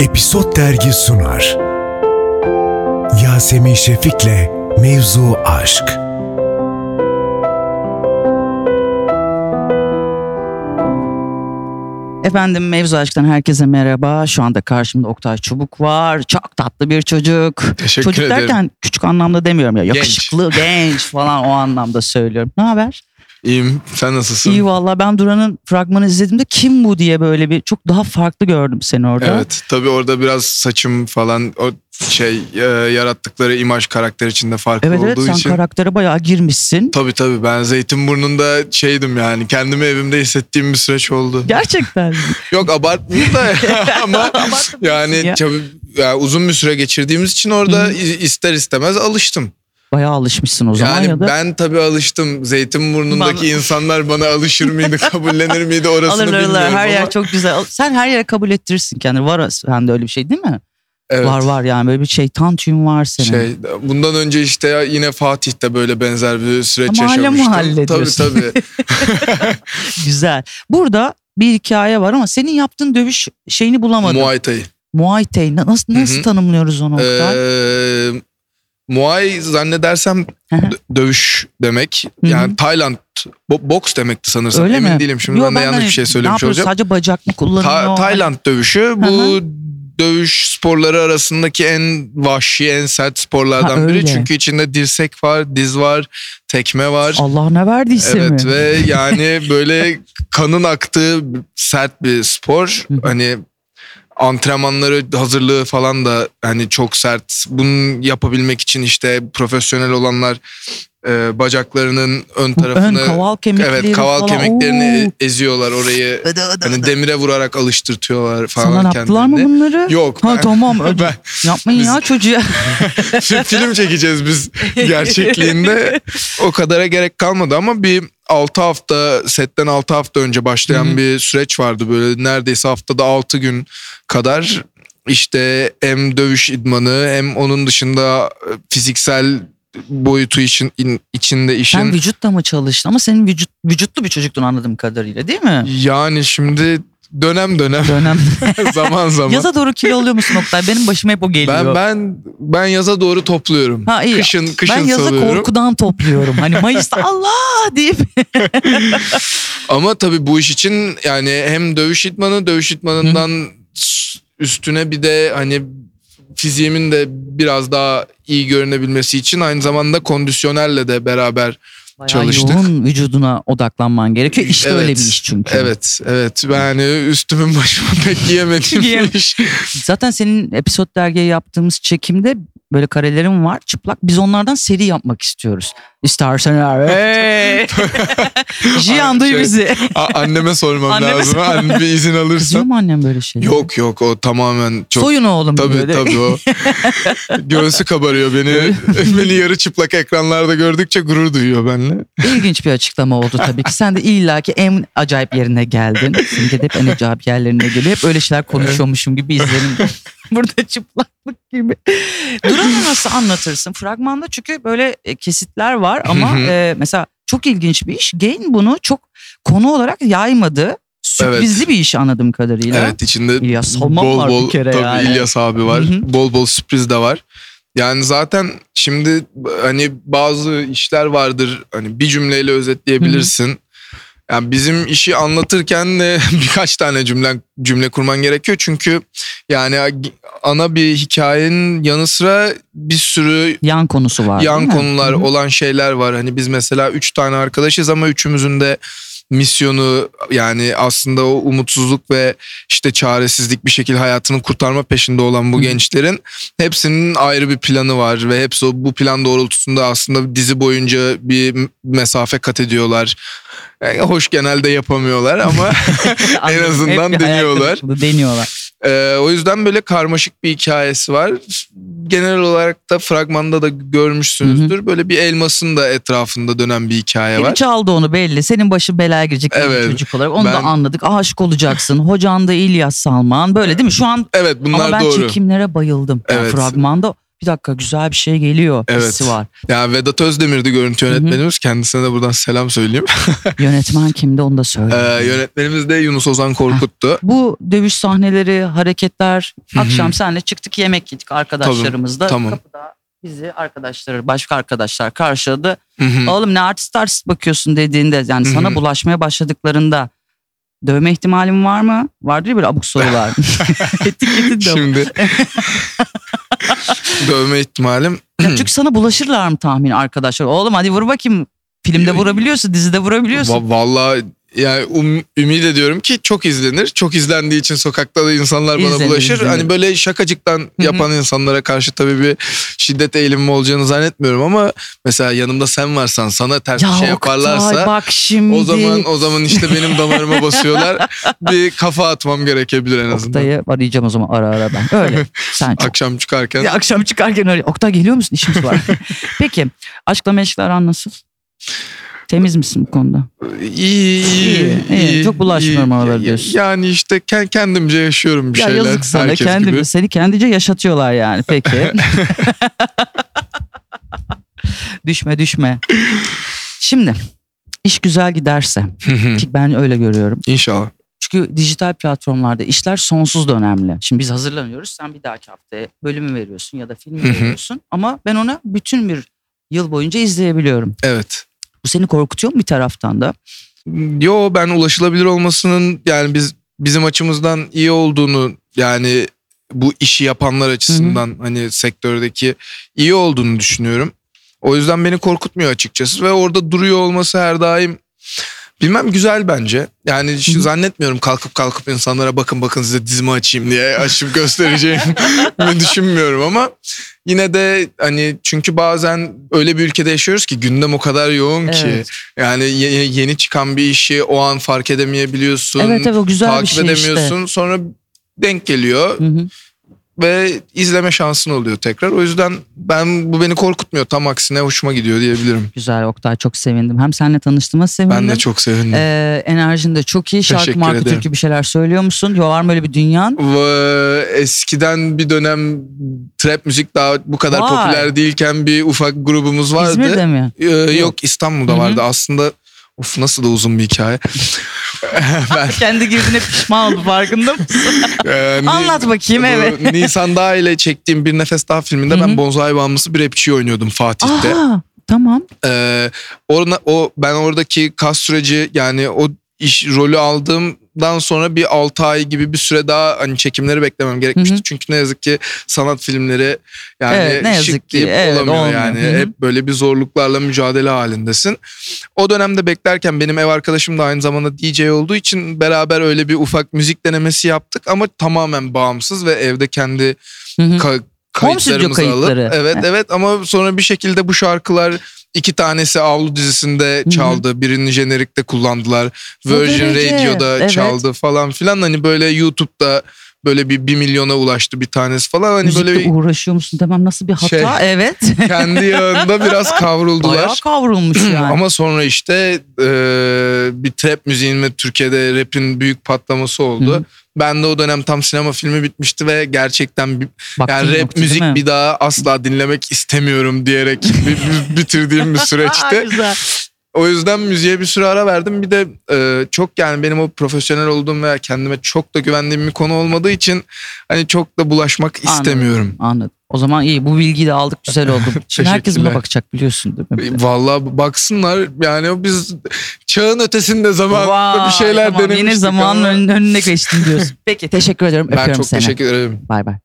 Episod Dergi sunar. Yasemin Şefik'le Mevzu Aşk. Efendim Mevzu Aşk'tan herkese merhaba. Şu anda karşımda Oktay Çubuk var. Çok tatlı bir çocuk. Teşekkür çocuk ederim. derken küçük anlamda demiyorum ya. Yakışıklı, genç, falan o anlamda söylüyorum. Ne haber? İyiyim. Sen nasılsın? İyi valla ben Duran'ın fragmanı izlediğimde kim bu diye böyle bir çok daha farklı gördüm seni orada. Evet. Tabii orada biraz saçım falan o şey e, yarattıkları imaj karakter içinde farklı Evet evet olduğu sen için. karaktere bayağı girmişsin. tabii tabii ben Zeytinburnu'nda şeydim yani kendimi evimde hissettiğim bir süreç oldu. Gerçekten. Yok abartmıyorum da ama yani ya. tabii yani uzun bir süre geçirdiğimiz için orada i- ister istemez alıştım. bayağı alışmışsın o zaman Yani ya da. ben tabii alıştım. Zeytinburnu'ndaki Bana- insanlar bana alışır mıydı, kabullenir miydi orasını Alırlar bilmiyorum. alırlar her ama- yer çok güzel. Sen her yere kabul ettirirsin kendini. Var sende öyle bir şey değil mi? Evet. Var var yani böyle bir şeytan tüyün var senin. Şey, bundan önce işte ya yine Fatih'te böyle benzer bir süreç Ama mahalle yaşamıştım. mahalle tabii diyorsun. tabii. Güzel. Burada bir hikaye var ama senin yaptığın dövüş şeyini bulamadım. Muay Thai. Muay Thai. Na- Nasıl, Hı hı. nasıl tanımlıyoruz onu Oktay? Ee, Muay zannedersem Hı hı. dö- dövüş demek. Hı hı. Yani Tayland bo- boks demekti sanırsam. Öyle Emin mi? değilim şimdi Yo, hani ben de yanlış bir şey ne söylemiş yapıyoruz? olacağım. Sadece bacak mı Ta- kullanıyor? Tayland dövüşü bu hı. dövüş sporları arasındaki en vahşi, en sert sporlardan Ha, biri. öyle. Çünkü içinde dirsek var, diz var, tekme var. Allah ne verdiyse Evet mi? ve yani böyle kanın aktığı sert bir spor. hani antrenmanları, hazırlığı falan da hani çok sert. Bunu yapabilmek için işte profesyonel olanlar e, bacaklarının ön Bu Ön tarafını kaval kemikleri evet kaval falan. kemiklerini Oo. eziyorlar orayı. Hadi, hadi, Hani hadi. demire vurarak alıştırtıyorlar falan Sana ne yaptılar mı kendilerini. bunları? Yok. Ha ben- tamam öyle. ben- yapmayın biz- ya çocuğa. Film- film çekeceğiz biz gerçekliğinde. O kadara gerek kalmadı ama bir 6 hafta setten 6 hafta önce başlayan Hı hı. bir süreç vardı böyle neredeyse haftada 6 gün kadar işte hem dövüş idmanı hem onun dışında e, fiziksel boyutu için in- içinde işin Sen vücutla mı çalıştın ama senin vücut vücutlu bir çocuktun anladığım kadarıyla değil mi? yani şimdi dönem dönem Dönem. zaman zaman Yaza doğru kilo alıyor musun Oktay? Benim başıma hep o geliyor. ben ben ben yaza doğru topluyorum. Ha, iyi. Kışın kışın ben yazı salıyorum. korkudan topluyorum. Hani Mayıs'ta Allah deyip Ama tabii bu iş için yani hem dövüş idmanı dövüş idmanından s- üstüne bir de hani fiziğimin de biraz daha iyi görünebilmesi için aynı zamanda kondisyonerle de beraber Bayağı Çalıştık. yoğun vücuduna odaklanman gerekiyor. İşte Evet. öyle bir iş çünkü. evet evet yani üstümün başıma pek giyemediğim Giyem- bir iş. Zaten senin episod dergiye yaptığımız çekimde böyle karelerin var çıplak. Biz onlardan seri yapmak istiyoruz. İstersen eğer. Hey! Cihan duy Şey, bizi. A- anneme sormam Anneme lazım sor- Anne bir izin Kızıyor alırsam. mu annem böyle şey? Yok yok o tamamen çok Soyun oğlum. Tabii böyle. tabii o. Göğsü kabarıyor beni. beni yarı çıplak ekranlarda gördükçe gurur duyuyor benimle. İlginç bir açıklama oldu tabii ki. Sen de illaki en acayip yerine geldin. Simge de hep en acayip yerlerine geliyor. Hep öyle şeyler konuşuyormuşum gibi izlenim. Burada çıplaklık gibi. Duran'ı nasıl anlatırsın? Fragmanda çünkü böyle e, kesitler var ama Hı hı. e, mesela çok ilginç bir iş. Gain bunu çok konu olarak yaymadı. Sürprizli bir iş anladığım kadarıyla. Evet içinde İlyas Salman bol var bol bir kere tabii yani. İlyas abi var. Hı hı. Bol bol sürpriz de var. Yani zaten şimdi hani bazı işler vardır hani bir cümleyle özetleyebilirsin. Yani bizim işi anlatırken de birkaç tane cümle cümle kurman gerekiyor çünkü yani ana bir hikayenin yanı sıra bir sürü Yan konusu var. yan değil mi? konular Hı hı. olan şeyler var. Hani biz mesela üç tane arkadaşız ama üçümüzün de misyonu yani aslında o umutsuzluk ve işte çaresizlik bir şekilde hayatını kurtarma peşinde olan bu Hı. gençlerin hepsinin ayrı bir planı var ve hepsi o- bu plan doğrultusunda aslında dizi boyunca bir m- mesafe kat ediyorlar. Yani hoş genelde yapamıyorlar ama Anladım. Hep azından bir hayal deniyorlar. kırıklığı, Deniyorlar. ee, o yüzden böyle karmaşık bir hikayesi var. Genel olarak da fragmanda da görmüşsünüzdür. Böyle bir elmasın da etrafında dönen bir hikaye Biri var. çaldı onu belli. Senin başın belaya girecek bir Evet. çocuk olarak. Onu da Ben- anladık. Aşık olacaksın. Hocan da İlyas Salman. Böyle değil mi? Şu an Evet bunlar ama ben doğru. çekimlere bayıldım. Yani Evet. fragmanda bir dakika güzel bir şey geliyor Evet. hissi var. Yani Vedat Özdemir'di görüntü Hı hı. yönetmenimiz. Kendisine de buradan selam söyleyeyim. Yönetmen kimdi onu da söyle. Ee, yönetmenimiz de Yunus Ozan Korkut'tu. Bu dövüş sahneleri, hareketler, Hı hı. akşam senle çıktık yemek yedik arkadaşlarımızla. tamam. Kapıda bizi arkadaşları, başka arkadaşlar karşıladı. Hı hı. Oğlum ne artist artist bakıyorsun dediğinde yani Hı hı. sana bulaşmaya başladıklarında dövme ihtimalim var mı? Vardır ya böyle abuk sorular. Etiketin de. var. Şimdi dövme ihtimalim Ya Çünkü sana bulaşırlar mı tahmin arkadaşlar? Oğlum hadi vur bakayım. Filmde vurabiliyorsun, dizide vurabiliyorsun. Va- vallahi yani um, ümit ediyorum ki çok izlenir. Çok izlendiği için sokakta da insanlar bana İzlenir, bulaşır. izlenir. Hani böyle şakacıktan yapan insanlara karşı tabii bir şiddet eğilimi olacağını zannetmiyorum ama mesela yanımda sen varsan sana ters bir şey Oktay, yaparlarsa bak şimdi. o zaman o zaman işte benim damarıma basıyorlar. bir kafa atmam gerekebilir en azından. Oktay'ı arayacağım o zaman ara ara ben. Öyle. Sen çok. Akşam çıkarken Ya akşam çıkarken öyle. Oktay geliyor musun? İşimiz var. Peki. Aşkla meşkle aran nasıl? Temiz misin bu konuda? iyi, iyi, İyi, iyi. Çok bulaşmıyorum oralara diyorsun. Yani işte ke- kendimce yaşıyorum bir ya şeyler. yazık sana. herkes Kendi, gibi. Seni kendice yaşatıyorlar yani. Peki. düşme düşme. Şimdi iş güzel giderse ki ben öyle görüyorum. İnşallah. Çünkü dijital platformlarda işler sonsuz da önemli. Şimdi biz hazırlanıyoruz. Sen bir dahaki haftaya bölümü veriyorsun ya da filmi Hı hı. veriyorsun. Ama ben ona bütün bir yıl boyunca izleyebiliyorum. Evet. Bu seni korkutuyor mu bir taraftan da? Yo ben ulaşılabilir olmasının yani biz bizim açımızdan iyi olduğunu yani bu işi yapanlar açısından hani sektördeki iyi olduğunu düşünüyorum. O yüzden beni korkutmuyor açıkçası ve orada duruyor olması her daim bilmem güzel bence. Yani hiç Hı hı. zannetmiyorum kalkıp kalkıp insanlara bakın bakın size dizimi açayım diye açıp göstereceğim düşünmüyorum ama yine de hani çünkü bazen öyle bir ülkede yaşıyoruz ki gündem o kadar yoğun ki Evet. yani ye- ye- yeni çıkan bir işi o an fark edemeyebiliyorsun. Evet evet o güzel ıı, takip bir şey edemiyorsun. Sonra denk geliyor işte. Hı hı. ve izleme şansın oluyor tekrar. O yüzden ben bu beni korkutmuyor. Tam aksine hoşuma gidiyor diyebilirim. Güzel Oktay çok sevindim. Hem seninle tanıştığıma sevindim. Ben de çok sevindim. Ee, enerjin de çok iyi. Şarkı Teşekkür marka ederim. türkü bir şeyler söylüyor musun? Yo, Var mı öyle bir dünyan? Ve Eskiden bir dönem trap müzik daha bu kadar Vay. popüler değilken bir ufak grubumuz vardı. İzmir'de mi? Ee, yok İstanbul'da Hı hı. vardı. Aslında of nasıl da uzun bir hikaye. ben Kendi girdiğine pişman oldu farkında mısın? Ee, ni- Anlat bakayım, bu evet. Nisan Dağ ile çektiğim Bir Nefes Daha filminde Hı ben hı. bonsai bağımlısı bir rapçiyi oynuyordum Fatih'te. Aha tamam. Ee, orna- o ben oradaki kas süreci yani o iş rolü aldığımdan sonra bir 6 ay gibi bir süre daha hani çekimleri beklemem gerekmişti. Hı hı. Çünkü ne yazık ki sanat filmleri yani Evet, ne yazık şık ki, deyip evet, olamıyor olmuyor. yani. Hı hı. Hep böyle bir zorluklarla mücadele halindesin. O dönemde beklerken benim ev arkadaşım da aynı zamanda DJ olduğu için beraber öyle bir ufak müzik denemesi yaptık ama tamamen bağımsız ve evde kendi Hı hı. ka- Home studio kayıtlarımızı kayıtları. alıp evet evet ama sonra bir şekilde bu şarkılar iki tanesi Avlu dizisinde hı. çaldı. Birini jenerikte kullandılar. O Virgin derece, Radio'da evet. çaldı falan filan. Hani böyle YouTube'da böyle bir 1 milyona ulaştı bir tanesi falan. Hani Müzikle böyle bir uğraşıyor musun demem nasıl bir hata? Şey, evet. kendi yağında biraz Bayağı kavruldular. kavrulmuş yani. Hmm, Ama sonra işte e, bir trap müziğin ve Türkiye'de rap'in büyük patlaması oldu. Hı hı. Ben de o dönem tam sinema filmi bitmişti ve gerçekten bir Baktığın yani rap nokta değil müzik mi? bir daha asla dinlemek istemiyorum diyerek bi- bi- bitirdiğim bir Aa, süreçti. güzel. O yüzden müziğe bir süre ara verdim. Bir de e, çok yani benim o profesyonel olduğum veya kendime çok da güvendiğim bir konu olmadığı için hani çok da bulaşmak Anladım. istemiyorum. Anladım. O zaman iyi bu bilgiyi de aldık güzel oldu. Şimdi herkes buna Teşekkürler. bakacak biliyorsun değil mi? Bir de? Vallahi baksınlar yani biz çağın ötesinde zamanında Vay, bir şeyler tamam, denemiştik. Yine zamanın ama- ön- önüne geçtin diyorsun. Peki teşekkür ediyorum. Ben Öpüyorum çok seni. teşekkür ederim. Bay bay.